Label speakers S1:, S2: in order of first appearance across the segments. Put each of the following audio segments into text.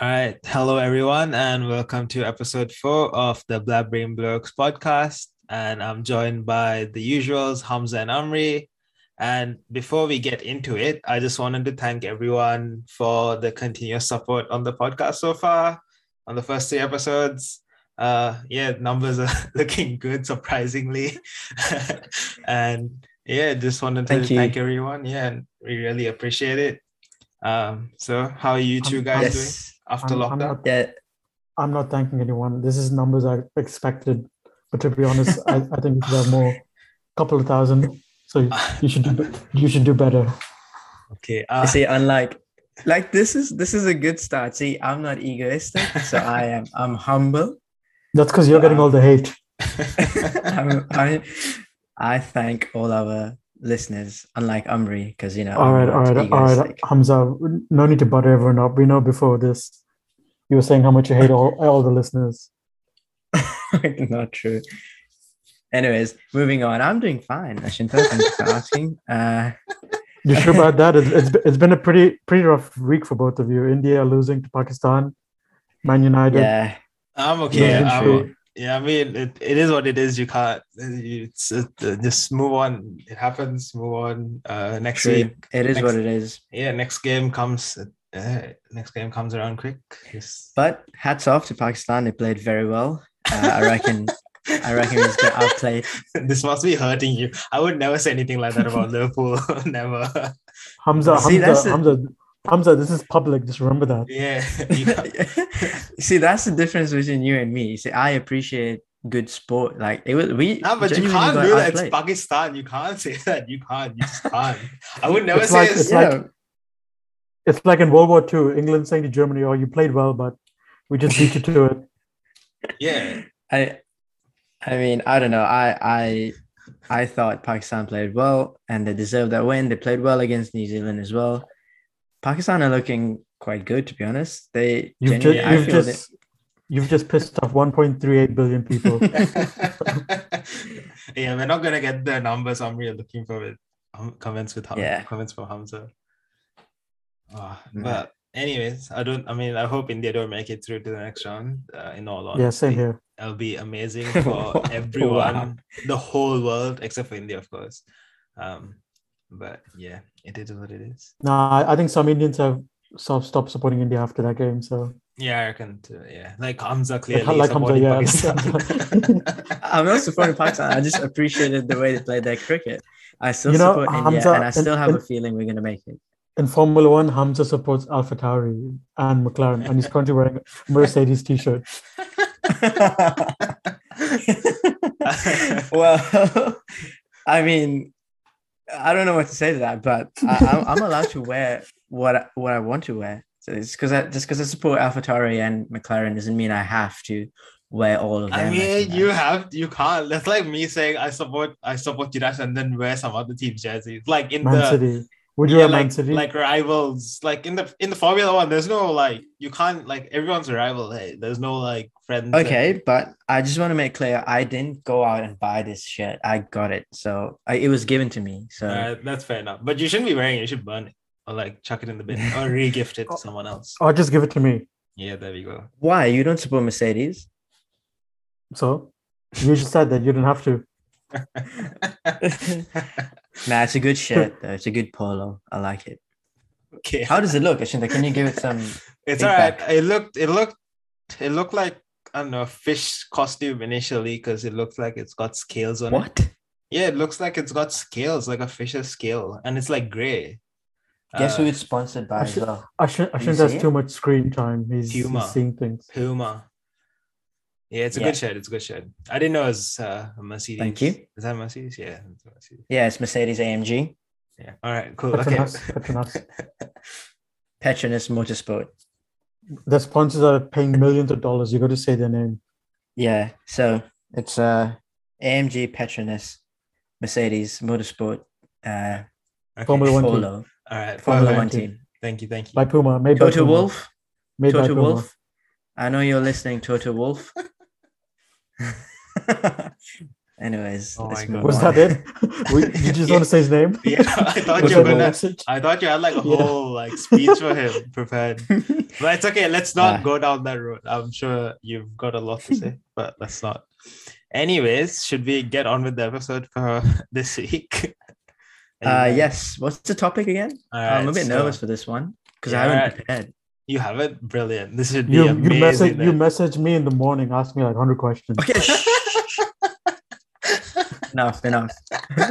S1: All right. Hello, everyone, and welcome to episode four of the Black Brain Blokes podcast. And I'm joined by the usuals, Hamza and Amri. And before we get into it, I just wanted to thank everyone for the continuous support on the podcast so far, on the first three episodes. Uh, yeah, numbers are looking good, surprisingly. and yeah, just wanted to
S2: Thank
S1: thank,
S2: you.
S1: everyone. Yeah, and we really appreciate it. Um, so how are you two
S3: Um,
S1: guys doing?
S2: yes.
S1: after
S3: I'm- I'm
S1: lockdown.
S3: not-
S2: Yeah.
S3: I'm not thanking anyone. This is numbers I expected, but to be honest, I, I think there are more, couple of thousand. So you should do, be- you should do better.
S1: okay.
S2: You
S1: Uh,
S2: see, unlike like this is this is a good start. See, I'm not egoistic, so I am I'm humble.
S3: That's because you're getting all the hate.
S2: I'm, I I thank all our listeners, unlike Umri, because you know.
S3: All right, all right, all right, Hamza. No need to butter everyone up. We know before this, you were saying how much you hate all, all the listeners.
S2: right. not true. Anyways, moving on. I'm doing fine. Ashinta, thank you for asking. Uh,
S3: You sure about that? It's, it's, it's been a pretty pretty rough week for both of you. India losing to Pakistan, Man United.
S2: yeah,
S1: I'm okay.
S3: losing
S2: Yeah,
S1: I'm-
S3: to-
S1: yeah, I mean, it, it is what it is. You can't. It's it, just move on. It happens. Move on. Uh, next
S2: true.
S1: week.
S2: It is
S1: Next-
S2: what it is.
S1: Yeah, next game comes. Uh, next game comes around quick. Yes.
S2: But hats off to Pakistan. They played very well. Uh, I reckon. I reckon it's get outplayed.
S1: this must be hurting you. I would never say anything like that about Liverpool. never.
S3: Hamza,
S2: See, that's the-
S3: Hamza, Hamza, Hamza. This is public. Just remember that.
S1: Yeah. you can't-
S2: see, that's the difference between you and me. See, I appreciate good sport. Like it was we.
S1: No, but you
S2: genuinely
S1: can't
S2: got
S1: do that. It's
S2: outplayed.
S1: Pakistan. You can't say that. You can't. You just can't. I would never
S3: It's
S1: say
S3: like-
S1: it's-
S3: it's like- It's like in World War II, England saying to Germany, "Oh, you played well, but we just beat you to it."
S1: yeah.
S2: I, I mean, I don't know. I, I, I thought Pakistan played well, and they deserved that win. They played well against New Zealand as well. Pakistan are looking quite good, to be honest. They
S3: You've
S2: genuinely,
S3: just,
S2: I
S3: you've
S2: feel that-
S3: just, you've just pissed off 1.38 billion people.
S1: yeah, we're not gonna get the numbers. I'm really looking for it. Um, comments with Ham-
S2: Yeah.
S1: comments from Hamza. Ah,
S2: Mm.
S1: But anyways, I don't. I mean, I hope India don't make it through to the next round. Uh, in all honesty,
S3: yeah, same here.
S1: It'll be amazing for everyone, the whole world, except for India, of course. Um, but yeah, it is what it is.
S3: No, I, I think some Indians have so- stopped supporting India after that game. So
S1: Yeah, I reckon. Too, yeah, like Hamza clearly
S3: like Hamza,
S1: supporting
S3: yeah, like
S1: Pakistan.
S2: I'm not supporting Pakistan. I just appreciated the way they played their cricket. I still
S3: You know,
S2: support India,
S3: Hamza,
S2: and I still
S3: in-
S2: have a
S3: in-
S2: feeling we're gonna make it.
S3: in Formula One, Hamza supports Alpha Tauri and McLaren, and he's currently wearing a Mercedes t shirt.
S2: well, I mean, I don't know what to say to that, but I, I'm, I'm allowed to wear what I- what I want to wear. So it's because I just because I support AlphaTauri and McLaren doesn't mean I have to wear all of them.
S1: I mean,
S2: can-
S1: you have you can't. That's like me saying I support I support Jirash and then wear some other team jerseys. Like in
S3: Man
S1: the
S3: City. Would you
S1: yeah,
S3: wear Man
S1: like,
S3: City?
S1: like rivals. Like in the in the Formula One, there's no like you can't like everyone's a rival. Hey, there's no like friends. and-
S2: Okay, but I just want to make clear I didn't go out and buy this shit. I got it, so I, it was given to me. So
S1: Uh, that's fair enough. But you shouldn't be wearing it. You should burn it or like chuck it in the bin or re-gift it to someone else.
S3: or Oh, just give it to me.
S1: Yeah, there we go.
S2: why you don't support Mercedes?
S3: So you just said that you didn't have to.
S2: Nah, it's a good shirt though. It's a good polo. I like it.
S1: okay.
S2: How does it look, Ashinta? Can you give it some?
S1: It's all right.
S2: feedback.
S1: It looked it looked it looked like I don't know a fish costume initially because it looks like it's got scales on it.
S2: What?
S1: Yeah, it looks like it's got scales, like a fish's scale, and it's like gray.
S2: Guess who
S1: Uh,
S2: it's sponsored by as
S3: Ashin-
S2: well?
S3: Ashin,
S2: you
S3: Ashin
S2: see
S3: has
S2: it?
S3: too much screen time. He's,
S1: Puma.
S3: he's seeing things.
S1: Puma. Yeah, it's a
S2: Yeah.
S1: good shirt. It's a good shirt. I didn't know it was uh, a Mercedes.
S2: Thank you.
S1: Is that a Mercedes? Yeah, it's a Mercedes.
S2: Yeah, it's Mercedes AMG,
S1: Yeah. All right. Cool. Okay.
S3: Petronas, Petronas.
S2: Petronas Motorsport.
S3: The sponsors are paying millions of dollars. You got to say their name.
S2: Yeah, so it's uh AMG Petronas Mercedes Motorsport uh
S1: Okay.
S3: Formula One team.
S2: polo
S1: All right.
S2: Formula
S1: perfect.
S2: One
S3: team.
S2: team.
S1: Thank you. Thank you.
S3: By Puma, made by
S2: Toto
S3: Puma,
S2: Wolf,
S3: made by
S2: Toto
S3: Puma.
S2: Wolf. I know you're listening, Toto Wolf. Anyways,
S1: Oh
S2: let's
S1: my
S2: move
S1: God.
S3: Was
S2: on.
S3: that it? We, did you just want to say his name?
S1: Yeah, I thought
S3: Was
S1: you were
S3: that all?
S1: gonna. I thought you had like a
S3: Yeah.
S1: whole like speech for him prepared. But it's okay. Let's not
S2: Ah.
S1: go down that road. I'm sure you've got a lot to say, but let's not. Anyways, should we get on with the episode for this week?
S2: uh,
S1: Anyway,
S2: yes. What's the topic again?
S1: alright,
S2: I'm a bit
S1: so
S2: nervous for this one because
S1: Uh, Yeah,
S2: I haven't
S1: alright.
S2: prepared.
S1: You have it. Brilliant. This should be
S3: You you
S1: amazing.
S3: message
S1: then.
S3: you messaged me in the morning, asked me like hundred questions.
S2: Okay, shh, enough, enough.
S1: All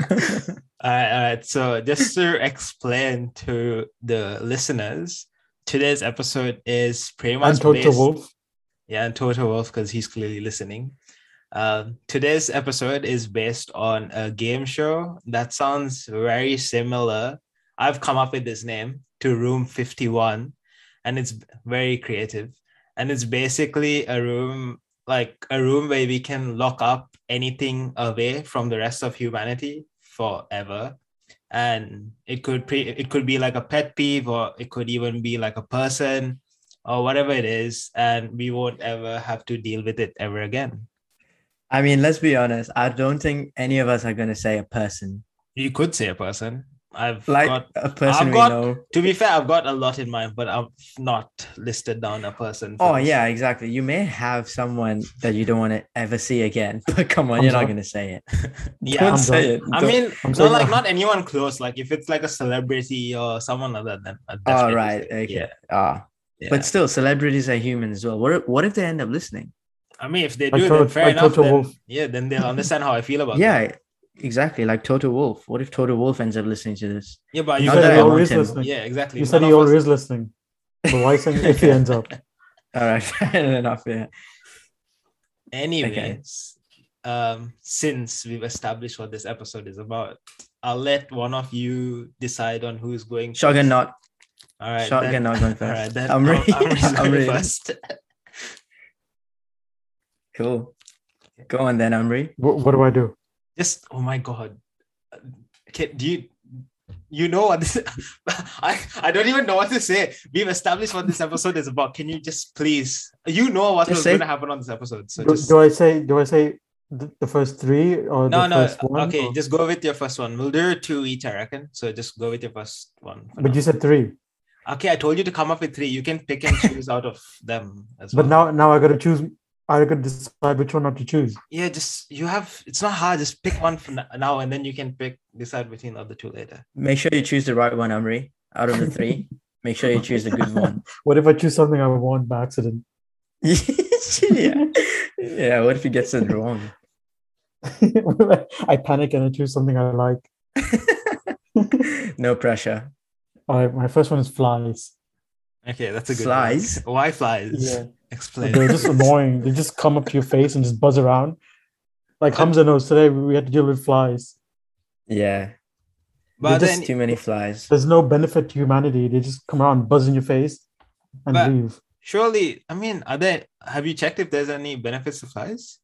S1: right, all right. So just to explain to the listeners, today's episode is pretty much
S3: And Toto
S1: based-
S3: Wolf.
S1: Yeah, and Toto Wolf because he's clearly listening. Um, today's episode is based on a game show that sounds very similar. I've come up with this name to Room 51, and it's very creative. And it's basically a room, like a room where we can lock up anything away from the rest of humanity forever. And it could pre- it could be like a pet peeve, or it could even be like a person, or whatever it is, and we won't ever have to deal with it ever again.
S2: I mean, let's be honest. I don't think any of us are going to say a person
S1: You could say a person. I've
S2: like
S1: got
S2: a
S1: I've
S2: person we
S1: got-
S2: know.
S1: to be fair, I've got a lot in mind, but I've not listed down a person. for
S2: Oh
S1: this.
S2: yeah, exactly. You may have someone that you don't want to ever see again, but come on,
S3: I'm
S2: you're
S3: sorry.
S2: not going to say it.
S1: yeah.
S2: Don't
S3: I'm
S2: say it.
S1: I
S2: Don't-
S1: mean,
S3: I'm
S1: no,
S3: sorry.
S1: like not anyone close. Like if it's like a celebrity or someone other than. I'd
S2: all
S1: definitely
S2: right,
S1: say-
S2: okay.
S1: Yeah,
S2: Ah,
S1: yeah.
S2: but still, celebrities are human as well. What if, what if they end up listening?
S1: I mean, if they
S3: Like
S1: do,
S3: Toto-
S1: then fair
S3: like
S1: enough.
S3: Toto
S1: Then,
S3: Wolff.
S1: yeah, then they'll understand how I feel about.
S2: yeah,
S1: It.
S2: exactly. Like Toto Wolf. What if Toto Wolf ends up listening to this?
S1: Yeah, but
S3: You
S1: Oh, you
S2: Not that
S3: said he
S2: I
S1: said,
S2: want
S3: always
S2: him.
S3: listening.
S1: yeah, exactly.
S3: You said
S1: None of
S3: he
S1: us-
S3: always listening. But why saying if he ends up?
S2: All right, fair enough. Yeah.
S1: Anyways, um, since we've established what this episode is about, I'll let one of you decide on who's going.
S2: Shotgun
S1: first.
S2: not.
S1: All right.
S2: Shotgun
S1: then-
S2: not going
S1: All
S2: first.
S1: right. Then
S2: I'm ready.
S1: I'm,
S2: I'm, ready.
S1: first.
S2: Cool. Go on then, Amri.
S3: What, what do I do?
S1: Just oh my god. Can, do you you know what this I, I don't even know what to say. We've established what this episode is about. Can you just please you know what
S2: Just
S1: was
S2: say-
S1: gonna happen on this episode. So
S3: do?
S1: just
S3: do I say do I say the, the first three or
S1: no
S3: the
S1: no
S3: first one?
S1: okay,
S3: or-
S1: just go with your first one. We'll do two each, I reckon. So just go with your first one. for
S3: but you
S1: now.
S3: said three.
S1: okay, I told you to come up with three. You can pick and choose out of them as well.
S3: But now now I gotta choose I gotta decide which one not to choose.
S1: yeah, just you have it's not hard, just pick one for n- now and then you can pick decide between the other two later.
S2: Make sure you choose the right one, Amri. Out of the three, make sure you choose the good one.
S3: What if I choose something I want by accident?
S2: yeah. Yeah. What if he gets it wrong?
S3: I panic and I choose something I like.
S2: no pressure.
S3: All right, my first one is flies.
S1: Okay, that's a good
S2: Flies?
S1: One. Why flies? Explain.
S3: They're just annoying. They just come up to your face and just buzz around. Like Hamza knows today, we had to deal with flies.
S2: Yeah.
S1: but
S2: There's
S1: then,
S2: just too many flies.
S3: There's no benefit to humanity. They just come around, buzz in your face, and
S1: But-
S3: leave.
S1: surely, I mean, are there? Have you checked if there's any benefits to flies?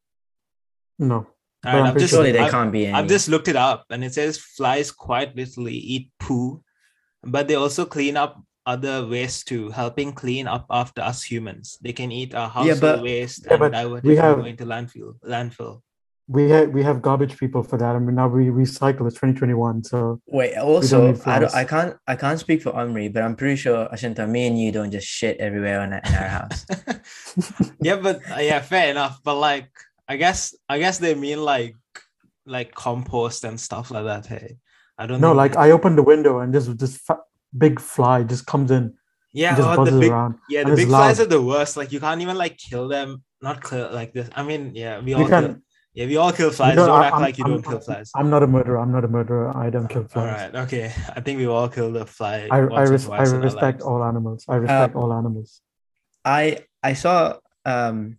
S3: No.
S1: All
S3: But
S1: right,
S3: I'm
S1: I've
S3: pretty
S1: just
S2: Surely there
S1: I've,
S2: can't be any.
S1: I've just looked it up, and it says flies quite literally eat poo, but they also clean up other waste too, helping clean up after us humans. They can eat our household
S2: but-
S1: waste
S3: Yeah,
S1: and
S3: but
S1: divert
S3: we
S1: it
S3: have-
S1: and go into landfill. Landfill.
S3: We have we have garbage people for that. I mean now we recycle. It's 2021, so
S2: Wait, also,
S3: need
S2: I, don't,
S3: flies.
S2: I can't I can't speak for Omri, but I'm pretty sure Ashinta, me and you don't just shit everywhere in, in our house.
S1: yeah, but uh, yeah, fair enough. But like, I guess, I guess they mean like, like compost and stuff like that. Hey, I don't
S3: no,
S1: think-
S3: like I open the window and this this fa- big fly just comes in,
S1: yeah,
S3: and just
S1: oh, the
S3: buzzes
S1: big
S3: around.
S1: Yeah,
S3: and
S1: the
S3: it's
S1: big flies
S3: loud.
S1: are the worst. Like you can't even like kill them. Not kill like this. I mean, yeah, we all
S3: You
S1: kill,
S3: can.
S1: yeah, we all kill flies.
S3: don't-
S1: Don't,
S3: I-
S1: act
S3: I'm-
S1: like you
S3: I'm-
S1: don't kill flies.
S3: I'm not a murderer. I'm not a murderer. I don't kill
S1: all
S3: flies.
S1: right, okay. I think we all killed a fly.
S3: I I,
S1: once or
S3: res- I
S1: twice in our
S3: respect
S1: lives.
S3: all animals. I
S1: Uh,
S3: respect all animals.
S2: I I saw um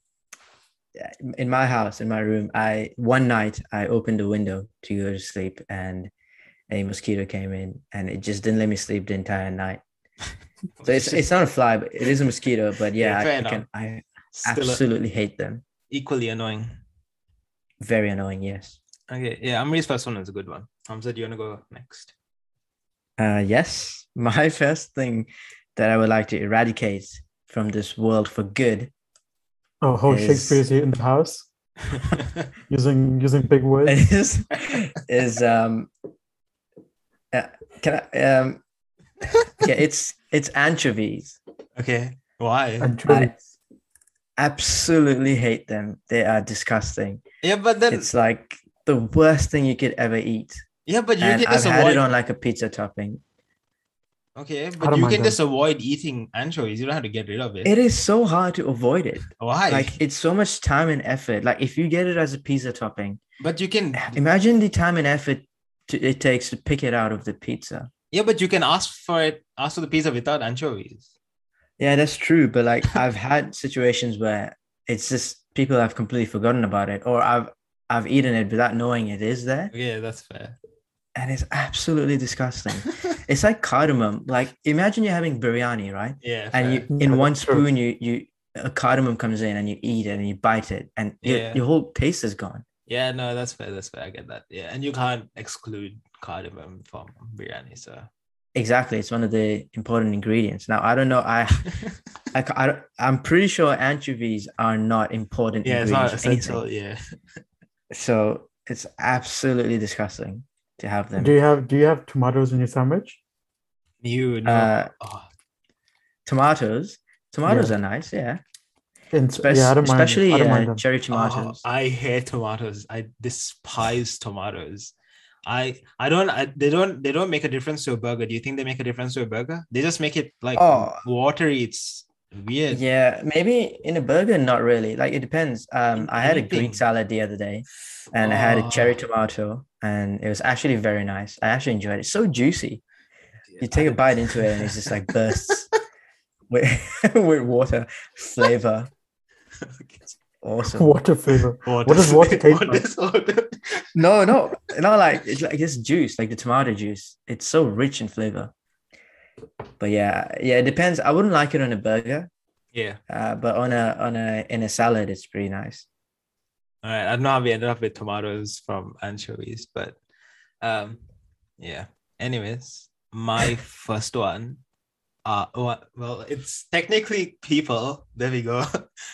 S2: in my house, in my room, I one night I opened the window to go to sleep and a mosquito came in and it just didn't let me sleep the entire night. So it's, it's not a fly, but it is a mosquito. But
S1: Yeah,
S2: yeah, I-
S1: fair
S2: I,
S1: enough.
S2: can, I
S1: still a-
S2: absolutely hate them.
S1: equally annoying.
S2: Very annoying. Yes.
S1: Okay, yeah, Amri's first one is a good one. Hamza, do you want to go next?
S2: Uh, yes. My first thing that I would like to eradicate from this world for good
S3: Oh, whole
S2: Is-
S3: Shakespeare's here in the house. using using big words.
S2: is is um uh, can I, um yeah it's it's anchovies
S1: okay. Why?
S3: And true.
S2: I- absolutely hate them they are disgusting
S1: Yeah, but then
S2: it's like the worst thing you could ever eat
S1: yeah, but you
S2: and
S1: can
S2: i've
S1: just
S2: had
S1: avoid.
S2: it on like a pizza topping
S1: okay,
S3: I
S1: but
S3: don't
S1: you
S3: mind
S1: can
S3: them.
S1: just avoid eating anchovies. You don't have to get rid of it.
S2: it is so hard to avoid it
S1: Why?
S2: like it's so much time and effort like if you get it as a pizza topping
S1: but you can.
S2: imagine the time and effort to, it takes to pick it out of the pizza
S1: Yeah, but you can ask for it. Ask for the pizza without anchovies.
S2: Yeah, that's true. But like I've had situations where it's just people have completely forgotten about it, or I've I've eaten it without knowing it is there,
S1: Yeah, that's fair.
S2: and it's absolutely disgusting. it's like cardamom. Like imagine you're having biryani, right?
S1: Yeah,
S2: And you
S3: Yeah,
S2: in one
S3: that's true.
S2: spoon you you a cardamom comes in and you eat it and you bite it and your,
S1: Yeah.
S2: your whole taste is gone.
S1: Yeah, no, that's fair. That's fair. I get that. Yeah, and you can't exclude cardamom from biryani. So
S2: Exactly, it's one of the important ingredients. Now I don't know. I I, ca- I don't- I'm pretty sure anchovies are not important.
S1: yeah, it's not
S2: ingredients of anything.
S1: essential. Yeah,
S2: So it's absolutely disgusting to have them.
S3: Do you have do you have tomatoes in your sandwich?
S1: you know.
S2: Uh,
S1: oh,
S2: tomatoes, tomatoes are nice, yeah.
S3: In,
S2: Spec-
S3: yeah, I don't mind. them.
S2: especially
S3: I don't mind
S2: uh,
S3: them.
S2: cherry tomatoes.
S1: oh, I hate tomatoes. I despise tomatoes. I I don't. I, they don't. They don't make a difference to a burger. Do you think they make a difference to a burger? They just make it like
S2: Oh.
S1: watery. It's weird.
S2: yeah, maybe in a burger, not really. Like it depends. Um,
S1: In
S2: I had a
S1: anything.
S2: Greek salad the other day, and I had a cherry
S1: Oh.
S2: tomato, and it was actually very nice. I actually enjoyed it. It's so juicy.
S1: Oh,
S2: You take a
S1: I-
S2: bite into it, and it's just like bursts with with water flavor. Awesome.
S3: Water flavor.
S1: What,
S3: does
S1: is-
S3: water taste
S1: what
S3: like?
S1: is water-
S2: No, no, not like it's like this juice, like the tomato juice. It's so rich in flavor. But yeah, yeah, it depends. I wouldn't like it on a burger,
S1: Yeah.
S2: uh, but on a on a in a salad, it's pretty nice.
S1: All right. I don't know how we ended up with tomatoes from anchovies, but um, yeah. Anyways, my first one. Uh, wa- well, it's technically people. There we go.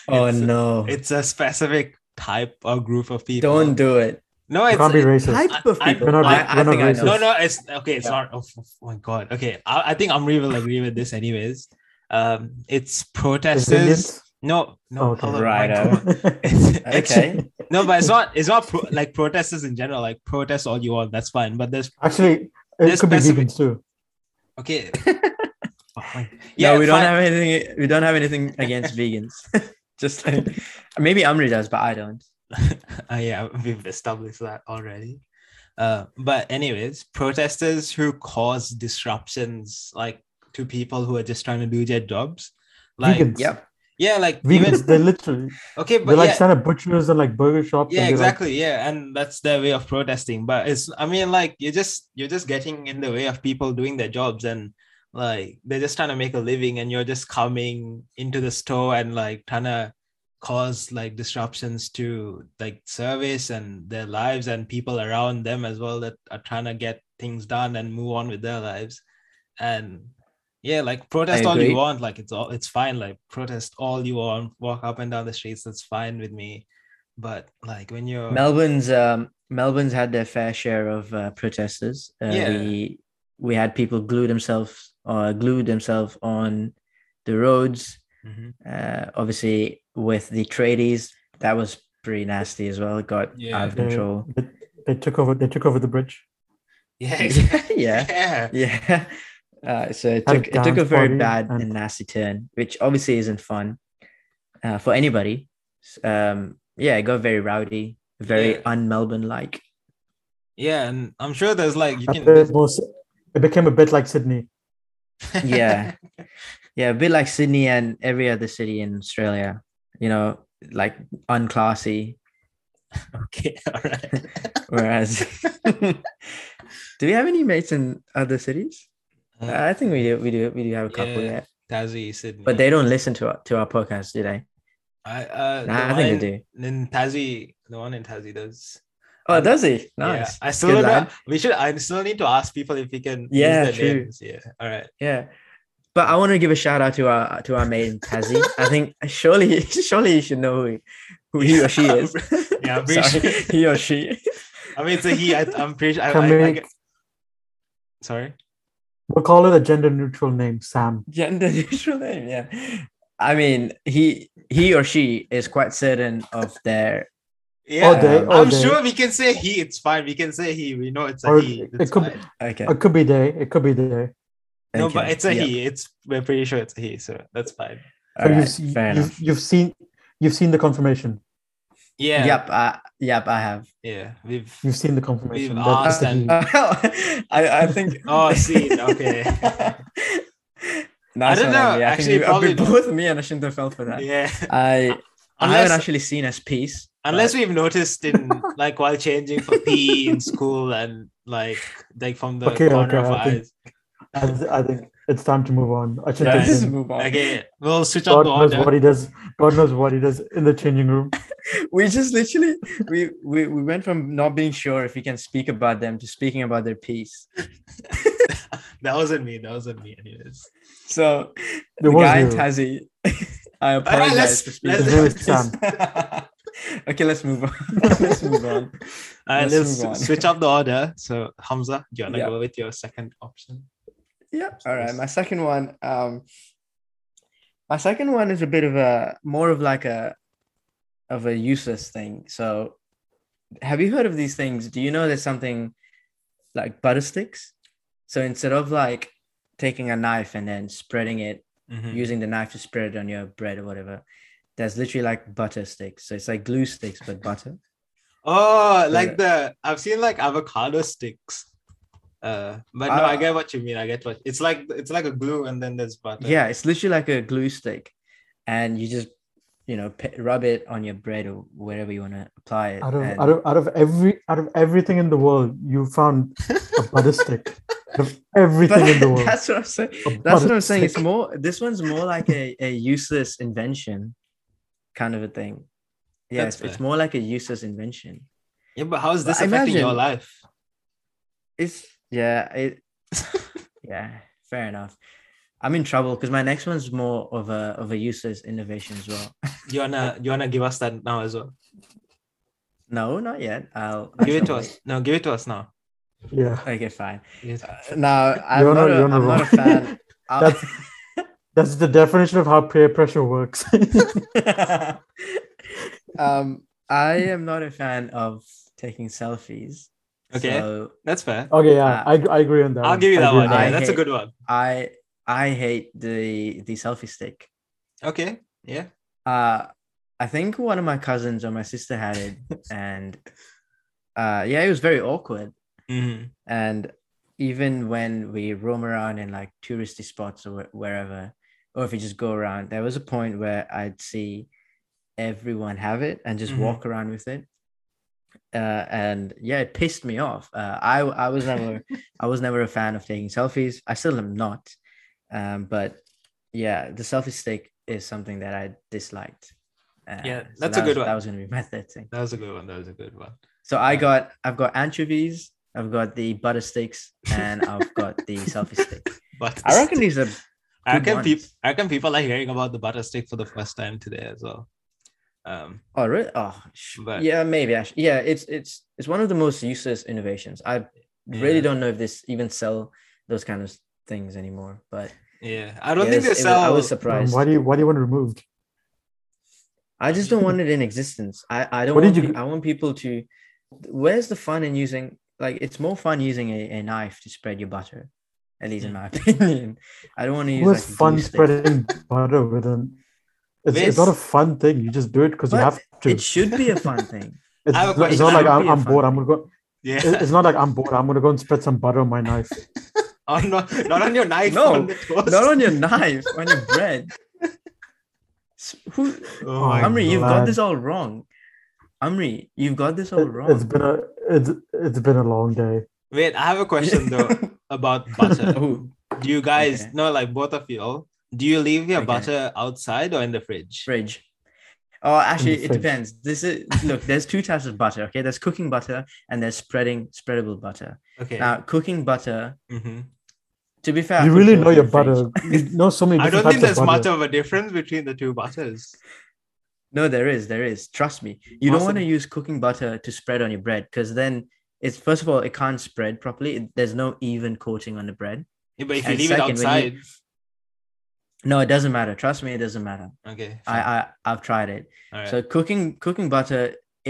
S2: Oh
S1: It's-
S2: no,
S1: It's a specific type or group of people.
S2: don't do it.
S1: No,
S3: You
S1: it's
S3: can't be racist.
S2: Type of
S1: I-
S2: people.
S1: we're not-
S2: I, I
S3: we're not
S2: think I
S3: racist.
S1: no,
S2: know.
S1: no. It's okay. It's
S2: Yeah.
S1: not. Oh, f- oh my god. Okay, I, I think Amri will agree with this, anyways. Um, it's
S3: It's
S1: protesters.
S3: Indians.
S1: No, no.
S3: Oh, Okay.
S1: hold on, my
S3: uh,
S2: Righto.
S1: God. It's- it's-
S2: Okay,
S1: No, but it's not. It's not pro- like protesters in general. Like protest all you want. That's fine. But there's
S3: Actually, it
S1: There's
S3: could be
S1: specific-
S3: vegans too.
S1: okay. Oh my-
S2: yeah, we don't
S1: fine.
S2: have anything. We don't have anything against vegans. Just like maybe Amri does, but I don't.
S1: Uh, yeah, we've established that already. Uh, but anyways, protesters who cause disruptions like to people who are just trying to do their jobs, like
S3: vegans.
S2: Yep.
S1: yeah, like
S3: Vegans,
S1: even
S3: they literally
S1: okay,
S3: they
S1: but
S3: like
S1: yeah,
S3: stand at butchers and like burger shops.
S1: yeah,
S3: and they, like,
S1: exactly, yeah, and that's their way of protesting. But it's, I mean, like you're just you're just getting in the way of people doing their jobs, and like they're just trying to make a living, and you're just coming into the store and like trying to cause like disruptions to like service and their lives and people around them as well that are trying to get things done and move on with their lives and yeah like protest all
S2: agree.
S1: you want like it's all it's fine like protest all you want walk up and down the streets that's fine with me but like when you're
S2: Melbourne's um, Melbourne's had their fair share of uh, protesters. Uh,
S1: Yeah.
S2: We we had people glue themselves or glue themselves on the roads.
S1: Mhm.
S2: Uh, obviously, with the tradies, that was pretty nasty as well. It got
S1: Yeah.
S2: out of
S3: they-
S2: control.
S3: They, they took over. They took over the bridge.
S1: yeah
S2: yeah, yeah,
S1: yeah
S2: yeah. Uh, so it
S3: Had a
S2: took it took a
S3: dance
S2: very
S3: party
S2: bad
S3: and-
S2: and nasty turn, which obviously isn't fun uh, for anybody. S- Um, yeah, it got very rowdy, very
S1: Yeah.
S2: un-Melbourne like.
S1: yeah and i'm sure there's like you
S3: And
S1: can
S3: the most- it became a bit like Sydney.
S2: yeah yeah a bit like sydney and every other city in australia you know like unclassy
S1: okay all right
S2: whereas do we have any mates in other cities i think we do we do we do have a couple
S1: Uh, Yeah.
S2: yeah
S1: Tassie, Sydney.
S2: but they don't listen to our to our podcast do they
S1: I uh,
S2: Nah,
S1: the
S2: i think
S1: one
S2: they do
S1: In Tassie, the one in Tassie does.
S2: oh
S1: Um,
S2: does he
S1: Yeah,
S2: nice
S1: I still
S2: Good
S1: don't know.
S2: lad.
S1: We should. I still need to ask people if we can. use
S2: Yeah,
S1: their
S2: true.
S1: names. Yeah. All right.
S2: yeah but i want to give a shout out to our to our mate in tassie i think surely surely you should know who, who he or she is.
S1: Yeah, I'm pretty
S2: Sorry,
S1: sure.
S2: he or she.
S1: I mean, it's a he. I, I'm pretty sure. I,
S3: Can
S1: I, I
S3: we-
S1: get- sorry.
S3: We'll call it a gender neutral name, Sam.
S2: Gender neutral name, yeah. I mean, he he or she is quite certain of their.
S1: Yeah,
S2: they-
S3: oh,
S1: I'm
S3: they-
S1: sure we can say he. It's fine. We can say he. We know it's a
S3: Or
S1: he.
S3: it
S1: It's
S3: could be-
S1: fine.
S2: Okay.
S3: It could be they. It could be they.
S1: no,
S2: okay,
S1: but it's a
S2: yeah,
S1: he. It's we're pretty sure it's a he. So that's fine.
S3: So
S2: alright,
S3: you've, se-
S2: fair enough.
S3: you've, you've seen you've seen the confirmation.
S1: Yeah.
S2: Yep. Uh, yep. I have.
S1: Yeah. We've.
S3: You've seen the confirmation.
S1: We've
S3: that
S1: asked
S3: it's a
S1: and-
S3: he.
S2: I I think.
S1: Oh, seen. Okay.
S2: No,
S1: I
S2: it's
S1: don't
S2: not on
S1: know,
S2: me. I
S1: actually,
S2: think probably
S1: probably
S2: both me and I shouldn't have felt for that.
S1: yeah.
S2: I I
S1: Unless-
S2: haven't actually seen his piece.
S1: Unless
S2: but-
S1: we've noticed in like while changing for P in school and like like from the
S3: Okay,
S1: corner
S3: okay,
S1: of our
S3: I think-
S1: eyes.
S3: I, th- I think it's time to move on. I should
S2: Yeah,
S3: take
S2: let's
S3: him.
S2: move on.
S1: Okay, we'll switch
S3: God
S1: up the
S3: knows
S1: order.
S3: what he does. God knows what he does in the changing room.
S2: We just literally we, we we went from not being sure if we can speak about them to speaking about their piece.
S1: That wasn't me. That wasn't me. Anyways,
S2: So the
S3: There was
S2: guy in
S3: you.
S2: Tazi, I apologize
S1: let's-
S2: for speaking.
S1: let's-
S3: His name is Sam.
S2: okay, let's move on. let's move on.
S1: uh,
S2: Let's
S1: let's,
S2: move on.
S1: switch up the order. So Hamza, do you wanna
S2: Yeah.
S1: go with your second option?
S2: Yeah. All right. My second one. Um, my second one is a bit of a more of like a of a useless thing. So, have you heard of these things? Do you know there's something like butter sticks? So instead of like taking a knife and then spreading it,
S1: Mhm.
S2: using the knife to spread it on your bread or whatever, there's literally like butter sticks. So it's like glue sticks but butter.
S1: Oh, like the I've seen like avocado sticks. Uh, but no, I
S2: Ah.
S1: get what you mean. I get what it's like. It's like a glue, and then there's butter.
S2: Yeah, it's literally like a glue stick, and you just you know p- rub it on your bread or wherever you want to apply it.
S3: Out of
S2: and-
S3: out of out of every out of everything in the world, you found a butter stick. Out of everything in the
S2: but
S3: world.
S2: that's what I'm saying.
S3: a
S2: That's what
S3: butter
S2: I'm saying. It's
S3: stick.
S2: more. This one's more like a, a useless invention, kind of a thing. Yeah,
S1: That's
S2: it's, it's
S1: fair.
S2: more like a useless invention.
S1: Yeah, but how is
S2: But
S1: this affecting your
S2: imagine-
S1: life?
S2: It's yeah, it yeah, fair enough. I'm in trouble because my next one's more of a of a useless innovation as well.
S1: Do you wanna do you wanna give us that now as well?
S2: No, not yet. I'll I
S1: give it
S2: shall
S1: to
S2: wait.
S1: us. No, give it to us now.
S3: Yeah.
S2: Okay, fine.
S1: Give it-
S2: Uh, No, I'm
S3: You're
S2: not,
S3: not-
S2: a,
S3: you're
S2: I'm
S3: not
S2: not a
S3: wrong.
S2: fan. Uh, I'll-
S3: That's- That's the definition of how peer pressure works.
S2: um, I am not a fan of taking selfies.
S1: Okay.
S2: So
S1: That's fair.
S3: okay, yeah,
S2: Uh,
S3: I, I agree on that.
S1: Ah. I'll
S3: one.
S1: give you
S3: I
S1: that
S3: agree
S1: one.
S3: on
S2: that.
S1: Yeah,
S2: I
S1: that's a
S2: hate-
S1: good one.
S2: I I hate the the selfie stick.
S1: Okay. Yeah.
S2: Uh, I think one of my cousins or my sister had it, and uh, yeah, it was very awkward.
S1: hmm
S2: And even when we roam around in like touristy spots or wh- wherever, or if you just go around, there was a point where I'd see everyone have it and just
S1: Mhm.
S2: walk around with it. Uh, and yeah, it pissed me off. Uh, I I was never I was never a fan of taking selfies. I still am not. Um, but yeah, the selfie stick is something that I disliked. Uh,
S1: Yeah,
S2: so
S1: that's
S2: that
S1: a good
S2: was- That
S1: one.
S2: was gonna be my third thing.
S1: That was a good one. That was a good one.
S2: So I
S1: Yeah.
S2: got I've got anchovies, I've got the butter sticks, and I've got the selfie stick.
S1: But
S2: I reckon these are
S1: I
S2: good
S1: reckon, peop-
S2: ones.
S1: I reckon people are hearing about the butter stick for the first time today as well. Um,
S2: oh really oh sh-
S1: But-
S2: yeah maybe I sh- yeah it's it's it's one of the most useless innovations. I
S1: Yeah.
S2: really don't know if this even sell those kind of things anymore. But
S1: yeah. I don't
S2: yeah,
S1: think they
S2: it's- it was- I
S1: sell.
S2: was
S3: Um,
S2: surprised.
S3: why do you why do you want it removed?
S2: I just don't want it in existence. I I don't.
S3: What did
S2: want
S3: you-
S2: pe- I want people to. Where's the fun in using like it's more fun using a, a knife to spread your butter, at least in my opinion. I don't want to use.
S3: It was
S2: like, a
S3: Mm. fun
S2: glue stick.
S3: spreading butter with an it's, it's
S1: This-
S3: not a fun thing. You just do it because you
S2: But
S3: have to.
S2: It should be a fun thing.
S3: It's,
S1: I have a
S3: not- it's
S1: question.
S3: not like
S2: It would
S3: I'm,
S2: be a
S3: I'm
S2: fun
S3: bored. I'm gonna go. it-
S1: yeah.
S3: It's not like I'm bored. I'm gonna go and spread some butter on my knife.
S1: Oh, no, not on your knife.
S2: No,
S1: on the toast.
S2: Not on your knife, on your bread. S- Who,
S1: Oh my
S2: Amri, you've got
S3: God.
S2: this all wrong. Amri, you've got this all
S3: It,
S2: wrong.
S3: has been a it's it's been a long day.
S1: Wait, I have a question though about butter.
S2: oh,
S1: Do you guys
S2: Okay.
S1: no, like both of you all? Do you leave your
S2: Okay.
S1: butter outside or in the fridge?
S2: fridge. Oh, actually, it
S3: fridge.
S2: depends. This is look. There's two types of butter. Okay, there's cooking butter and there's spreading spreadable butter.
S1: Okay.
S2: Now, cooking butter.
S1: hmm
S2: To be fair, I
S3: you
S2: put
S3: really
S2: both
S3: know
S2: in
S3: your
S2: the fridge.
S3: butter. You know so many.
S1: I don't
S3: different
S1: think
S3: types
S1: there's
S3: of
S1: much
S3: butter.
S1: of a difference between the two butters.
S2: No, there is, there is. Trust me. You don't
S1: Awesome.
S2: want to use cooking butter to spread on your bread because then it's first of all it can't spread properly. It- There's no even coating on the bread.
S1: Yeah, but if you
S2: And
S1: leave it
S2: second, when
S1: outside,
S2: you- No, it doesn't matter. Trust me, it doesn't matter.
S1: okay.
S2: I I I've tried it.
S1: All right.
S2: So cooking cooking butter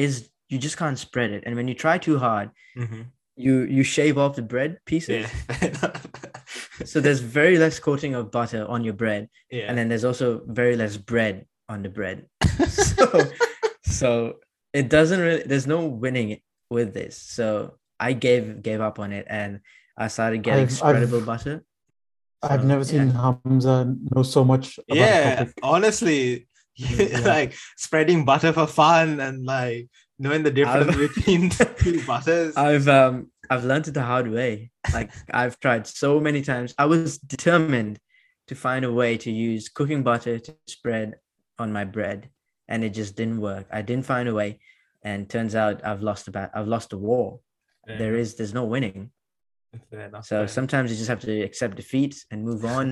S2: is you just can't spread it, and when you try too hard,
S1: Mhm.
S2: you you shave off the bread pieces.
S1: Yeah.
S2: So there's very less coating of butter on your bread,
S1: yeah.
S2: and then there's also very less bread on the bread. so so it doesn't really there's no winning with this so i gave gave up on it and i started getting
S3: I've- I've-
S2: spreadable butter
S3: I've
S1: So,
S3: never seen Hamza know so much about a
S1: yeah
S3: topic.
S1: honestly
S3: Yeah.
S1: like spreading butter for fun and like knowing the difference
S2: I've-
S1: between the two butters
S2: i've um i've learned it the hard way like i've tried so many times i was determined to find a way to use cooking butter to spread on my bread and it just didn't work i didn't find a way and turns out i've lost about i've lost a war there is there's no winning
S1: Fair enough,
S2: So
S1: fair
S2: sometimes you just have to accept defeat and move on.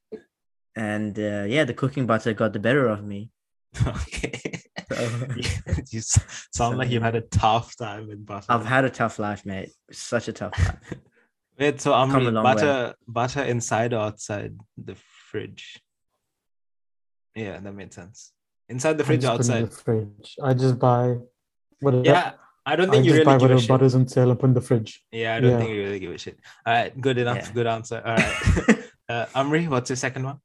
S2: and uh, yeah, the cooking butter got the better of me.
S1: enough. okay
S2: So
S1: you s- sound
S2: So,
S1: like you've
S2: yeah.
S1: had a tough time with butter
S2: I've had a tough life, mate. Such a tough life.
S1: wait so i'm
S2: come a long way.
S1: butter butter inside or outside the fridge yeah that made sense inside the
S3: I
S1: fridge or
S3: just put it in
S1: outside
S3: the fridge. I just buy whatever.
S1: yeah i don't think
S3: I
S1: you
S3: just
S1: really
S3: buy
S1: give a
S3: whatever
S1: shit
S3: butter's on sale and put in the fridge.
S1: yeah i don't
S3: Yeah.
S1: think you really give a shit all right good enough
S2: Yeah.
S1: good answer all right uh, amri what's your second one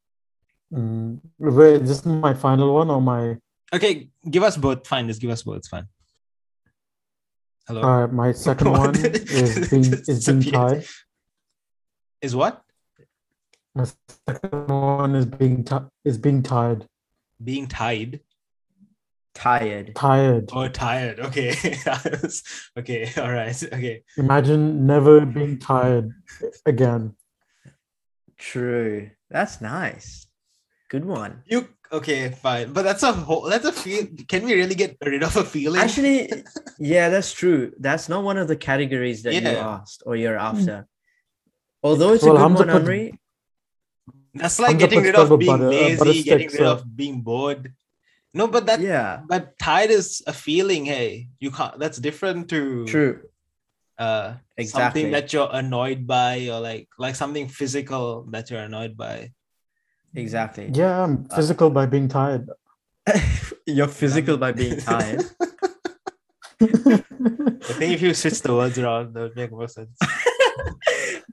S3: Mm, wait, this is my final one or my
S1: Okay, give us both. Fine, just give us both. It's fine. Hello.
S3: uh, my second
S1: Oh. What?
S3: one is being is being
S1: Disappeared.
S3: Thai.
S1: Is what?
S3: My second one is being ti- is being tired.
S1: Being tied
S2: Tired.
S3: Tired.
S1: or tired. Okay. okay. All right. Okay.
S3: Imagine never being tired again.
S2: True. That's nice. Good one.
S1: You okay, fine. But that's a whole that's a feel. Can we really get rid of a feeling?
S2: Actually, yeah, that's true. That's not one of the categories that you
S1: Yeah.
S2: asked or you're after. Although it's a
S3: Hmm. Well,
S2: good
S3: Hamza
S2: one,
S3: put-
S2: Amri.
S1: that's like
S3: I'm
S1: getting
S3: the
S1: rid of
S3: butter-
S1: being
S3: butter-
S1: lazy,
S3: butter
S1: getting
S3: sticks,
S1: rid
S3: uh,
S1: of being bored. No, but that
S2: Yeah,
S1: but tired is a feeling, hey. You can't that's different to
S2: true.
S1: uh
S2: Exactly.
S1: something that you're annoyed by or like like something physical that you're annoyed by
S2: Exactly.
S3: Yeah, I'm
S1: Uh.
S3: physical by being tired.
S2: You're physical by being tired.
S1: i think if you switch the words around that would make more sense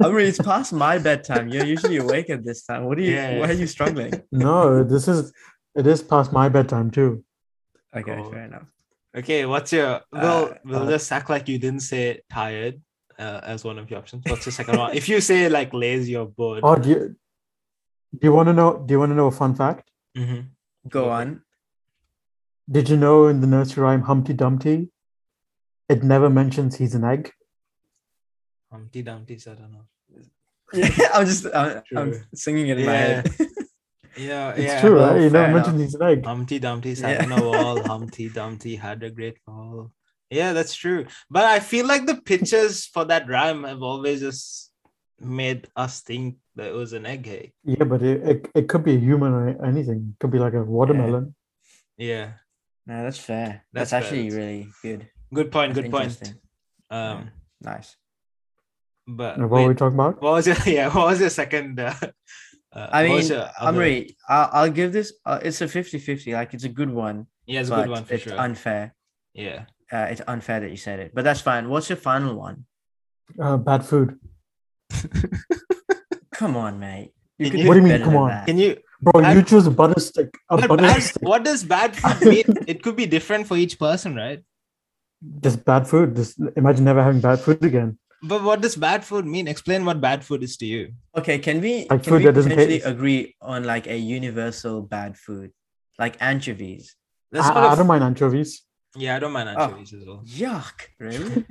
S2: I mean, it's past my bedtime. You're usually awake at this time. What are you?
S1: Yeah.
S2: Why are you struggling?
S3: no, this is it is past my bedtime too.
S2: Okay,
S1: Cool.
S2: fair enough.
S1: okay what's your we'll
S2: Uh,
S1: we'll
S3: uh,
S1: just act like you didn't say tired uh, as one of your options what's your second one if you say like lazy or bored
S3: Oh, do you do you want to know? Do you want to know a fun fact?
S1: Mhm.
S2: Go
S1: Okay.
S2: on.
S3: Did you know in the nursery rhyme Humpty Dumpty, it never mentions he's an egg.
S1: humpty dumpty's i don't know
S2: Yeah, I'm just I'm,
S1: True.
S2: I'm singing it in my
S1: Yeah.
S2: head.
S1: yeah
S3: It's
S1: yeah
S3: true,
S2: well,
S3: right? It
S2: fair
S3: never mentions he's an egg.
S1: Humpty Dumpty sat
S2: Yeah.
S1: on a wall. Humpty Dumpty had a great fall. Yeah, that's true. But I feel like the pictures for that rhyme have always just made us think that it was an egg. Hey?
S3: Yeah, but it, it, it could be a human or anything. It could be like a watermelon.
S1: Yeah,
S2: No, that's fair.
S1: That's
S2: That's,
S1: fair,
S2: actually
S1: that's-
S2: really good.
S1: good point.
S2: That's
S1: Good point.
S2: interesting.
S1: Um,
S2: Nice.
S1: but
S3: And What were we
S1: wait,
S3: talking about?
S1: what was your yeah? What was your second? Uh, uh,
S2: I
S1: what was
S2: mean,
S1: your other-
S2: Amri, I'll, I'll give this. Uh, it's a 50-50. Like it's a good one,
S1: yeah, it's a
S2: but
S1: good one for
S2: it's
S1: sure.
S2: unfair.
S1: yeah,
S2: Uh, it's unfair that you said it, but that's fine. What's your final one?
S3: Uh, bad food.
S2: Come on, mate.
S1: Can
S2: could
S1: you-
S2: do
S1: What do
S3: you mean,
S2: better
S3: come
S2: than
S3: on?
S2: that.
S1: can you?
S3: Bro,
S1: Bad-
S3: you choose a butter stick. A
S1: but
S3: butter
S1: bad-
S3: stick.
S1: what does bad food mean? it could be different for each person, right?
S3: This bad food. This imagine never having bad food again.
S1: But what does bad food mean? Explain what bad food is to you.
S2: Okay, can we
S3: Like
S2: can
S3: food
S2: we
S3: that doesn't
S2: potentially
S3: taste-
S2: agree on like a universal bad food, like anchovies?
S1: That's
S3: I,
S1: not a
S3: I don't mind anchovies.
S1: Yeah, I don't mind
S2: Oh.
S1: anchovies as well.
S2: Yuck! Really?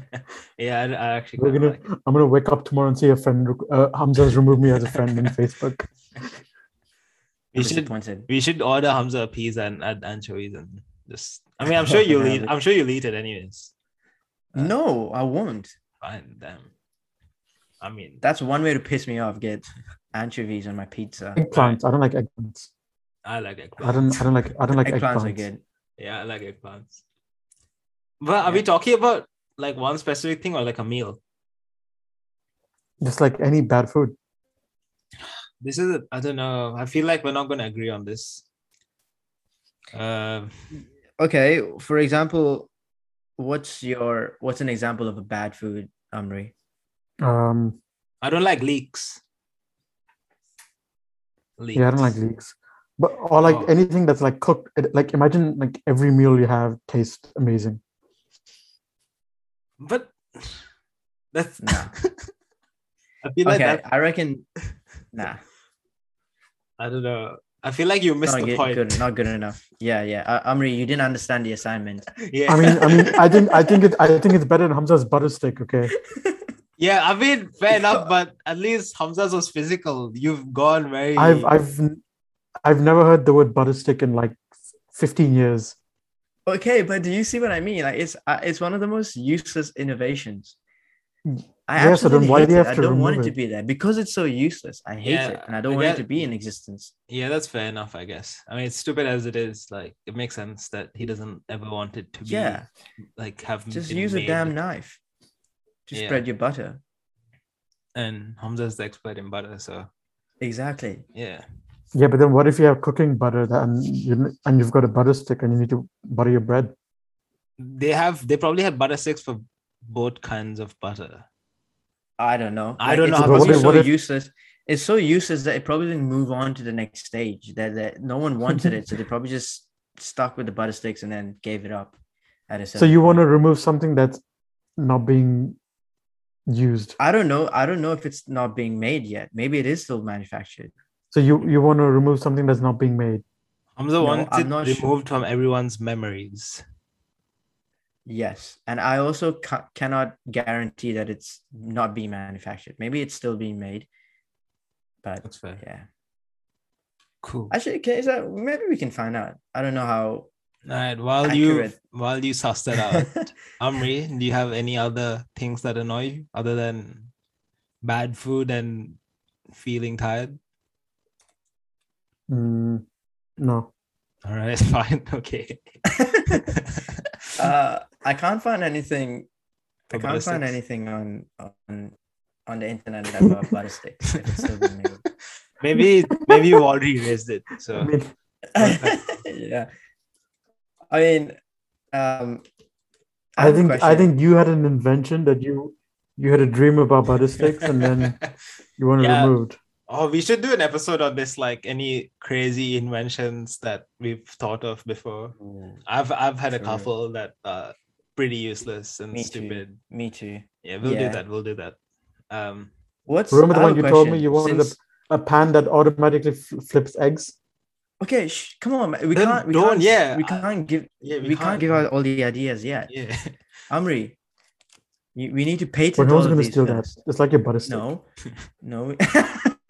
S1: yeah, I, I actually
S3: We're
S1: kinda
S3: gonna.
S1: like it.
S3: I'm gonna wake up tomorrow and see a friend. requ- Uh, Hamza's removed me as a friend in Facebook.
S1: we
S2: I'm
S1: should
S2: disappointed.
S1: we should order Hamza peas and add anchovies and just. I mean, I'm sure you'll eat. I'm sure you'll eat it anyways. uh,
S2: No, I won't.
S1: Fine, damn. I mean,
S2: That's one way to piss me off. Get anchovies on my pizza.
S3: Eggplants. I don't like eggplants.
S1: I like eggplants.
S3: I don't. I don't like. I don't like
S2: Eggplants are
S3: eggplants.
S2: good.
S1: Yeah, I like eggplants. But are we
S2: Yeah.
S1: talking about like one specific thing or like a meal?
S3: Just like any bad food.
S1: This is I don't know. I feel like we're not going to agree on this. Um,
S2: Okay, for example, what's your what's an example of a bad food, Amri?
S3: Um.
S1: I don't like leeks. Leeks.
S3: Yeah, I don't like leeks. But or like
S1: Oh.
S3: anything that's like cooked. it- Like imagine like every meal you have tastes amazing.
S1: But that's
S2: Nah.
S1: I feel like
S2: Okay,
S1: that,
S2: I reckon. Nah,
S1: I don't know. I feel like you missed
S2: not
S1: the
S2: good,
S1: point.
S2: good, not good enough. Yeah, yeah. Uh, Amri, you didn't understand the assignment.
S1: Yeah.
S3: I mean, I mean, I think, I think it, I think it's better than Hamza's butter stick. Okay,
S1: yeah, I mean, fair enough, but at least Hamza's was physical. You've gone very
S3: I've, I've, I've never heard the word butter stick in like fifteen years.
S2: Okay, but do you see what I mean? Like, it's uh, it's one of the most useless innovations. I
S3: Yeah, so then
S2: absolutely
S3: why do
S2: hate
S3: you
S2: it.
S3: have
S2: I
S3: to
S2: don't want it
S3: remove
S2: to
S3: it?
S2: be there because it's so useless. I hate
S1: Yeah,
S2: it, and I
S1: I
S2: don't want it
S1: get-
S2: to be in existence.
S1: yeah, that's fair enough, I guess. I mean, it's stupid as it is, like it makes sense that he doesn't ever want it to be
S2: Yeah,
S1: like have
S2: just
S1: been
S2: use a
S1: made.
S2: damn knife to
S1: Yeah.
S2: spread your butter.
S1: and Hamza's the expert in butter, so
S2: Exactly.
S1: yeah.
S3: Yeah, but then what if you have cooking butter that, and you and you've got a butter stick and you need to butter your bread?
S1: They have they probably had butter sticks for both kinds of butter.
S2: I don't know.
S1: I don't
S2: it's
S1: know how
S2: probably
S3: much-
S2: so
S3: What if-
S2: useless. It's so useless that it probably didn't move on to the next stage. That that no one wanted it, so they probably just stuck with the butter sticks and then gave it up. At a
S3: So you want to remove something that's not being used.
S2: I don't know. I don't know if it's not being made yet. Maybe it is still manufactured.
S3: So you you want to remove something that's not being made.
S1: Hamza
S2: No,
S1: wants
S2: I'm
S1: it
S2: not
S1: removed
S2: sure.
S1: from everyone's memories.
S2: Yes, and I also ca- cannot guarantee that it's not being manufactured. Maybe it's still being made, but
S1: That's fair.
S2: yeah.
S1: Cool.
S2: Actually, okay, is that maybe we can find out. I don't know how
S1: All right. While you
S2: accurate.
S1: while you suss that out, Amri, do you have any other things that annoy you other than bad food and feeling tired?
S3: Mm, no.
S1: All right, fine. Okay.
S2: uh, I can't find anything. I
S1: For
S2: can't find
S1: ballistics?
S2: anything on on on the internet about butter sticks. if it's still being made.
S1: Maybe maybe you've already raised it.
S3: I
S1: So
S3: mean,
S2: yeah, I mean, um,
S3: I
S2: have a
S3: think I
S2: question.
S3: think you had an invention that you you had a dream about butter sticks and then you want it
S1: Yeah.
S3: removed.
S1: Oh, we should do an episode on this, like any crazy inventions that we've thought of before. I've I've had a
S2: True.
S1: couple that are pretty useless and
S2: Me too.
S1: stupid.
S2: Me too.
S1: Yeah, we'll
S2: Yeah.
S1: do that. We'll do that. Um,
S2: What's
S3: Remember the
S2: I have
S3: one
S2: a
S3: you told me
S2: question.
S3: you wanted a-
S2: Since-
S3: A pan that automatically fl- flips eggs.
S2: Okay, shh, come on, man. we
S1: Then
S2: can't. We
S1: don't,
S2: can't,
S1: yeah,
S2: we
S1: I-
S2: can't give.
S1: yeah,
S2: We, can't, give out all the ideas yet.
S1: Yeah,
S2: Amri, you, we need to
S3: But
S2: patent
S3: no
S2: all
S3: one's
S2: of
S3: gonna
S2: these
S3: steal
S2: first.
S3: that. It's like your butter stick.
S2: No, no.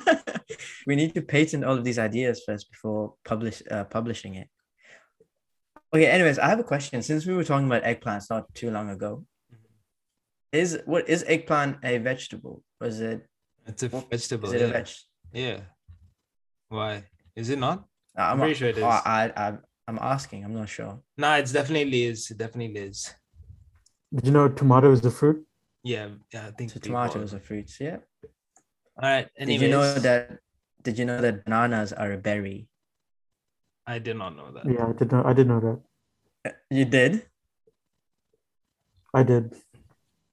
S2: we need to patent all of these ideas first before publish uh, publishing it. Okay. Anyways, I have a question. Since we were talking about eggplants not too long ago, is what is eggplant a vegetable? Or is it
S1: it's a
S2: What-
S1: vegetable.
S2: is it
S1: yeah.
S2: a veg?
S1: yeah. Why is it not?
S2: I'm,
S1: pretty sure it is.
S2: I, I, I, I'm asking. I'm not sure.
S1: No, it's definitely is. It definitely is.
S3: Did you know tomato is a fruit?
S1: Yeah, yeah. I think
S2: So
S1: they call it.
S2: tomatoes are fruits. Yeah.
S1: All right. Anyways,
S2: Did you know that? Did you know that bananas are a berry?
S1: I did not know that.
S3: Yeah, I did know. I did know that.
S2: You did.
S3: I did.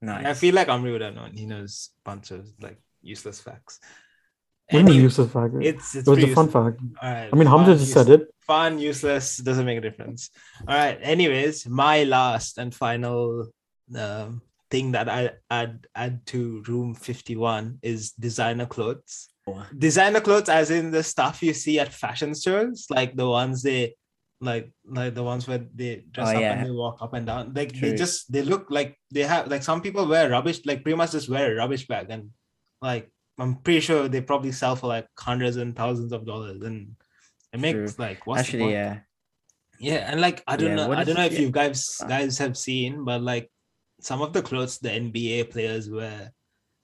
S2: Nice.
S1: I feel like Amri would have known. He knows bunch of like useless facts.
S3: What do you mean
S1: Anyway,
S3: useless fact? It
S1: It's it's
S3: was
S1: pretty
S3: a fun
S1: useless.
S3: fact.
S1: All right.
S3: I mean, Hamza just said it.
S1: Fun, useless, doesn't make a difference. All right. Anyways, my last and final um, thing that I add add to room fifty one is designer clothes.
S2: Oh.
S1: Designer clothes, as in the stuff you see at fashion shows, like the ones they like like the ones where they dress
S2: Oh,
S1: up
S2: yeah.
S1: and they walk up and down. Like they
S2: True.
S1: just they look like they have like some people wear rubbish, like pretty much just wear a rubbish bag and like I'm pretty sure they probably sell for like hundreds and thousands of dollars and it makes like what's the
S2: Actually,
S1: point?
S2: yeah.
S1: Yeah, and like I don't
S2: Yeah,
S1: know,
S2: what
S1: I
S2: is
S1: don't know
S2: it?
S1: if
S2: Ah. Yeah.
S1: you guys guys have seen, but like some of the clothes the NBA players wear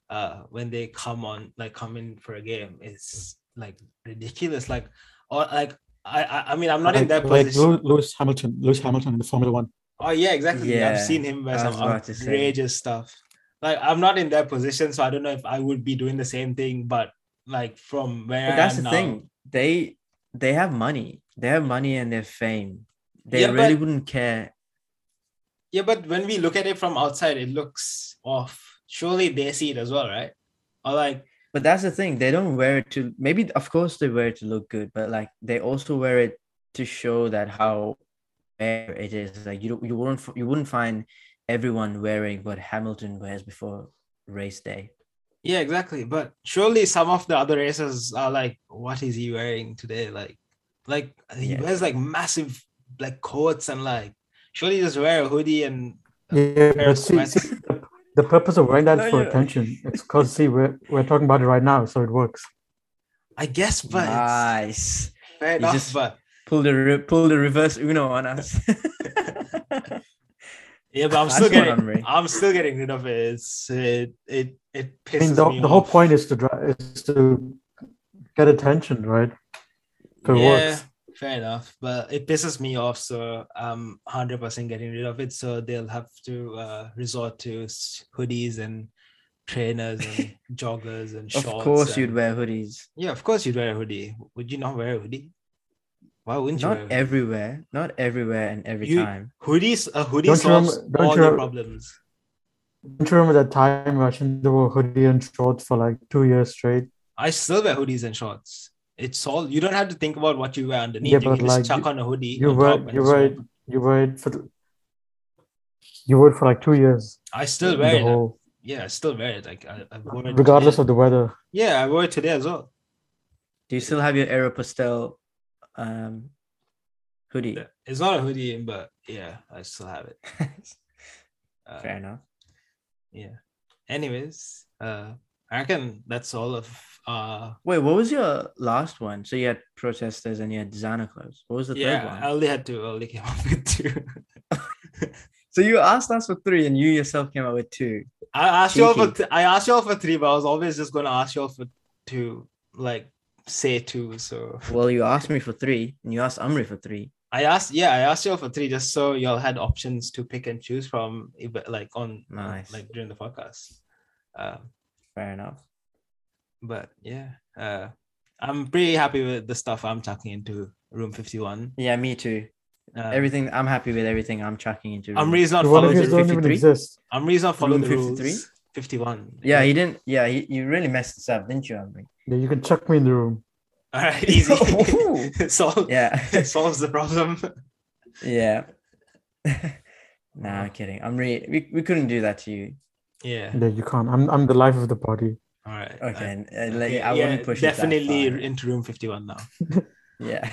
S1: uh when they come on like come in for a game is like ridiculous. Like or like I, I, I mean, I'm not in that
S3: like
S1: position.
S3: Lew- Lewis Hamilton, Lewis Hamilton in the Formula One.
S1: Oh yeah, exactly. I've
S2: Yeah,
S1: seen him wear
S2: I
S1: some
S2: was about to say.
S1: outrageous stuff. Like I'm not in that position, so I don't know if I would be doing the same thing. But like from where
S2: But that's
S1: I am
S2: the
S1: now,
S2: thing. They they have money. They have money and their fame. They
S1: Yeah, but-
S2: really wouldn't care.
S1: yeah. But when we look at it from outside, it looks off. Surely they see it as well, right? Or like
S2: But that's the thing. They don't wear it to maybe of course they wear it to look good, but like they also wear it to show that how rare it is. Like you don't, you wouldn't f- you wouldn't find everyone wearing what Hamilton wears before race day.
S1: yeah, exactly. But surely some of the other racers are like, what is he wearing today? Like, like he
S2: Yeah.
S1: wears like massive like coats and like surely just wear a hoodie and
S3: Yeah, but
S1: Paris
S3: see,
S1: West.
S3: see, the purpose of wearing that
S2: No,
S3: is for
S2: you're-
S3: attention. It's because see, we're we're talking about it right now, so it works.
S1: I guess, but it's
S2: Nice.
S1: fair
S2: you
S1: enough.
S2: just-
S1: but
S2: Pull the re- pull the reverse Uno on us.
S1: yeah, but I'm
S2: Nice
S1: still
S2: one,
S1: getting
S2: Omri.
S1: I'm still getting rid of it. It's it it it
S3: I
S1: pisses
S3: mean, the,
S1: me
S3: the whole
S1: off.
S3: point is to drive, is to get attention, right? So it
S1: yeah,
S3: works.
S1: fair enough, but it pisses me off. So I'm hundred percent getting rid of it. So they'll have to uh, resort to s- hoodies and trainers and joggers and
S2: of
S1: shorts.
S2: course, you'd
S1: and-
S2: wear hoodies.
S1: Yeah, of course you'd wear a hoodie. Would you not wear a hoodie? Why wouldn't you?
S2: Not
S1: wear a
S2: everywhere, not everywhere, and every
S1: You-
S2: time.
S1: hoodie? hoodies? A hoodie
S3: Don't you
S1: solves
S3: remember- don't
S1: all
S3: you
S1: your
S3: remember-
S1: problems.
S3: Don't you remember that time Russian they were hoodie and shorts for like two years straight?
S1: I still wear hoodies and shorts. It's all you don't have to think about what you wear underneath.
S3: Yeah,
S1: you
S3: but
S1: can just
S3: like,
S1: chuck on a hoodie.
S3: You
S1: on
S3: were
S1: top and
S3: you
S1: it's
S3: were
S1: open.
S3: you were it for the- you were it for like two years.
S1: I still
S3: the
S1: wear it.
S3: whole-
S1: Yeah, I still wear it. Like I, I wore it
S3: regardless
S1: today.
S3: of the weather.
S1: Yeah, I wore it today as well.
S2: Do you still have your Aeropostale um, hoodie?
S1: Yeah. It's not a hoodie, but yeah, I still have it. Uh,
S2: Fair enough.
S1: Yeah. Anyways, uh, I reckon that's all of uh
S2: Wait, what was your last one? So you had protesters and you had designer clothes. What was the third
S1: yeah. uh,
S2: one?
S1: I only had two. I only came up with two.
S2: so you asked us for three, and you yourself came up with two.
S1: I asked you all for
S2: Cheeky.
S1: th- I asked you all for three, but I was always just gonna ask you all for two, like say two. So
S2: Well, you asked me for three, and you asked Amri for three.
S1: I asked, yeah, I asked y'all for three just so y'all had options to pick and choose from, eh, but, like on on-
S2: Nice.
S1: like during the podcast. Um,
S2: Fair enough.
S1: but yeah, uh, I'm pretty happy with the stuff I'm chucking into room 51.
S2: Yeah, me too.
S1: Uh,
S2: Everything. I'm happy with everything I'm chucking into. room.
S1: Amri's not
S3: The one of
S1: following.
S3: you don't
S1: the-
S3: even
S2: 53?
S3: exist.
S1: Amri's not following the
S2: Room 53?
S1: rules. 51.
S2: Yeah, he didn't. Yeah, he, you really messed this up, didn't you, Amri?
S3: Yeah, you can chuck me in the room.
S1: All right, easy. Sol-
S2: yeah.
S1: solves the problem.
S2: Yeah. nah, I'm kidding. I'm re- we, we couldn't do that to you.
S1: Yeah.
S3: Yeah, you can't. I'm I'm the life of the party.
S1: All right.
S2: Okay.
S1: Uh,
S2: and- and like,
S1: okay,
S2: I
S1: yeah,
S2: wouldn't push
S1: definitely
S2: it.
S1: into room 51 now.
S2: Definitely. Yeah.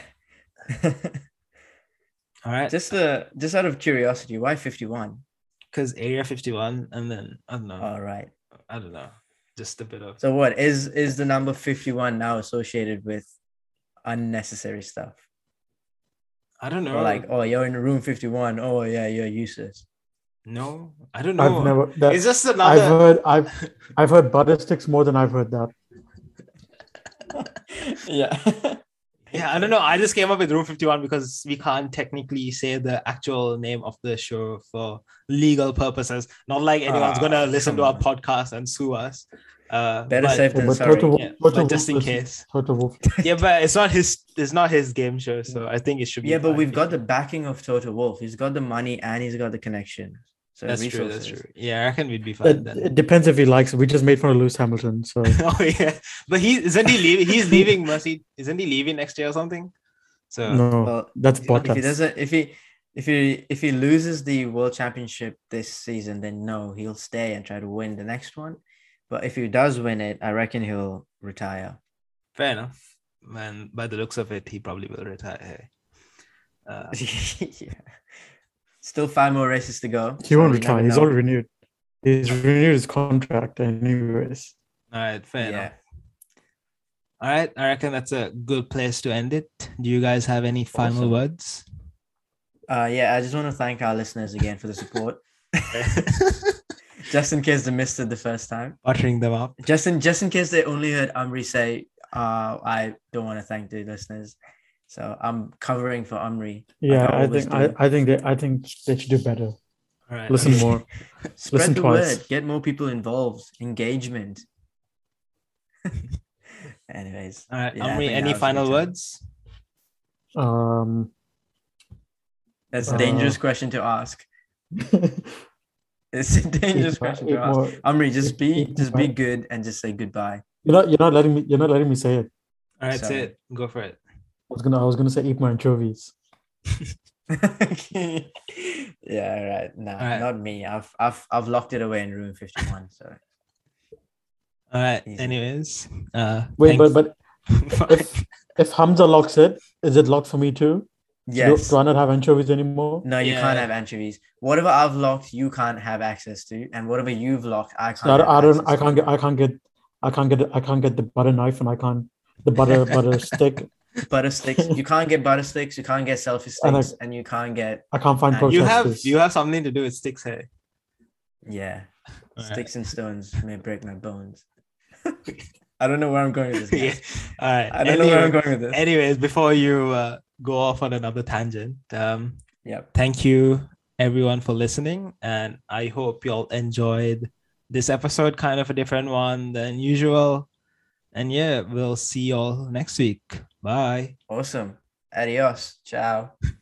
S1: All right.
S2: just the just out of curiosity, why 51?
S1: because area 51 and then I don't know.
S2: All right.
S1: I don't know. Just a bit of
S2: So what is is the number 51 now associated with unnecessary stuff?
S1: I don't know.
S2: Or like, oh, you're in room 51. Oh yeah, you're useless.
S1: no, I don't know.
S3: I've never that,
S1: it's just
S3: I've
S1: another
S3: heard I've I've heard butter sticks more than I've heard that.
S2: yeah.
S1: yeah, I don't know. I just came up with room 51 because we can't technically say the actual name of the show for legal purposes. Not like anyone's
S2: Ah,
S1: gonna listen to our
S2: come on.
S1: podcast and sue us. Uh
S2: Better
S1: but,
S2: safe
S3: Yeah,
S2: than
S3: but
S2: sorry.
S3: Toto-
S1: yeah,
S3: What
S1: but
S3: a
S1: just in
S3: ruthless-
S1: case.
S3: Toto Wolf.
S1: Yeah, but it's not his it's not his game show, so I think it should be
S2: Yeah, but
S1: fine.
S2: we've got the backing of Toto Wolf. He's got the money and he's got the connection. So
S1: that's true,
S2: resources.
S1: that's true. Yeah, I reckon we'd be fine
S3: It,
S1: then.
S3: it depends if he likes it. We just made fun of Lewis Hamilton, so
S1: oh yeah, but he isn't he leaving? He's leaving Mercy. Isn't he leaving next year or something? So
S3: no,
S2: Well,
S3: that's
S2: if he
S3: Bottas.
S2: doesn't, if he, if he, if he loses the world championship this season, then no, he'll stay and try to win the next one. But if he does win it, I reckon he'll retire.
S1: fair enough. And by the looks of it, he probably will retire. hey. Uh,
S2: yeah. Still five more races to go. so
S3: He won't
S2: you never
S3: retire. He's
S2: know.
S3: already renewed. He's renewed his contract, anyways.
S1: all right, fair
S2: Yeah.
S1: enough. All right, I reckon that's a good place to end it. Do you guys have any final
S2: Awesome.
S1: words?
S2: Uh, yeah. I just want to thank our listeners again for the support. just in case they missed it the first time.
S1: Buttering them up.
S2: "Oh, Just in, just in case they only heard Amri say, uh, I don't want to thank the listeners. So I'm covering for Omri.
S3: Yeah,
S2: like
S3: I
S2: always
S3: think I,
S2: do.
S3: I think they I think they should do better.
S1: All right.
S3: Listen more.
S2: Spread
S3: Listen
S2: the
S3: twice.
S2: word. Get more people involved. Engagement. Anyways,
S1: All right.
S2: Yeah, I
S1: Amri,
S2: think that
S1: any
S2: was a
S1: final
S2: good time.
S1: words?
S3: Um,
S2: that's a dangerous
S3: Uh,
S2: question to ask.
S3: eat
S2: It's a dangerous
S3: more-
S2: question
S3: eat
S2: to ask.
S3: more.
S2: Omri, just be
S3: eat
S2: just be
S3: more.
S2: good and just say goodbye.
S3: You're not you're not letting me you're not letting me say it.
S1: All right, that's
S2: So-
S1: it. Go for it.
S3: I was gonna I was gonna say eat more anchovies.
S2: yeah, all right. No,
S1: Alright.
S2: not me. I've I've I've locked it away in room 51. So
S1: All right.
S2: Easy.
S1: Anyways, uh,
S3: Wait, but but
S1: but
S3: if if Hamza locks it, is it locked for me too? Do,
S2: yes.
S3: do I not have anchovies anymore?
S2: No, you
S1: Yeah.
S2: can't have anchovies. Whatever I've locked, you can't have access to, and whatever you've locked, I can't.
S3: So I don't,
S2: have
S3: I don't
S2: access
S3: I
S2: to.
S3: can't get I can't get I can't get I can't get the butter knife and I can't the butter butter stick.
S2: butter sticks. You can't get butter sticks. You can't get selfie
S3: I know.
S2: sticks, and you can't get
S3: I can't find
S2: And you
S1: you
S3: processed
S1: have
S3: this.
S1: you have something to do with sticks, hey?
S2: yeah.
S1: All right.
S2: Sticks and stones may break my bones. I don't know where I'm going with this.
S1: yeah.
S2: guys.
S1: All right.
S2: I don't know where I'm
S1: Anyway-
S2: going with this.
S1: anyways, before you uh, go off on another tangent, um,
S2: Yep.
S1: thank you everyone for listening and i hope you all enjoyed this episode kind of a different one than usual and yeah we'll see you all next week bye
S2: Awesome. Adios. Ciao.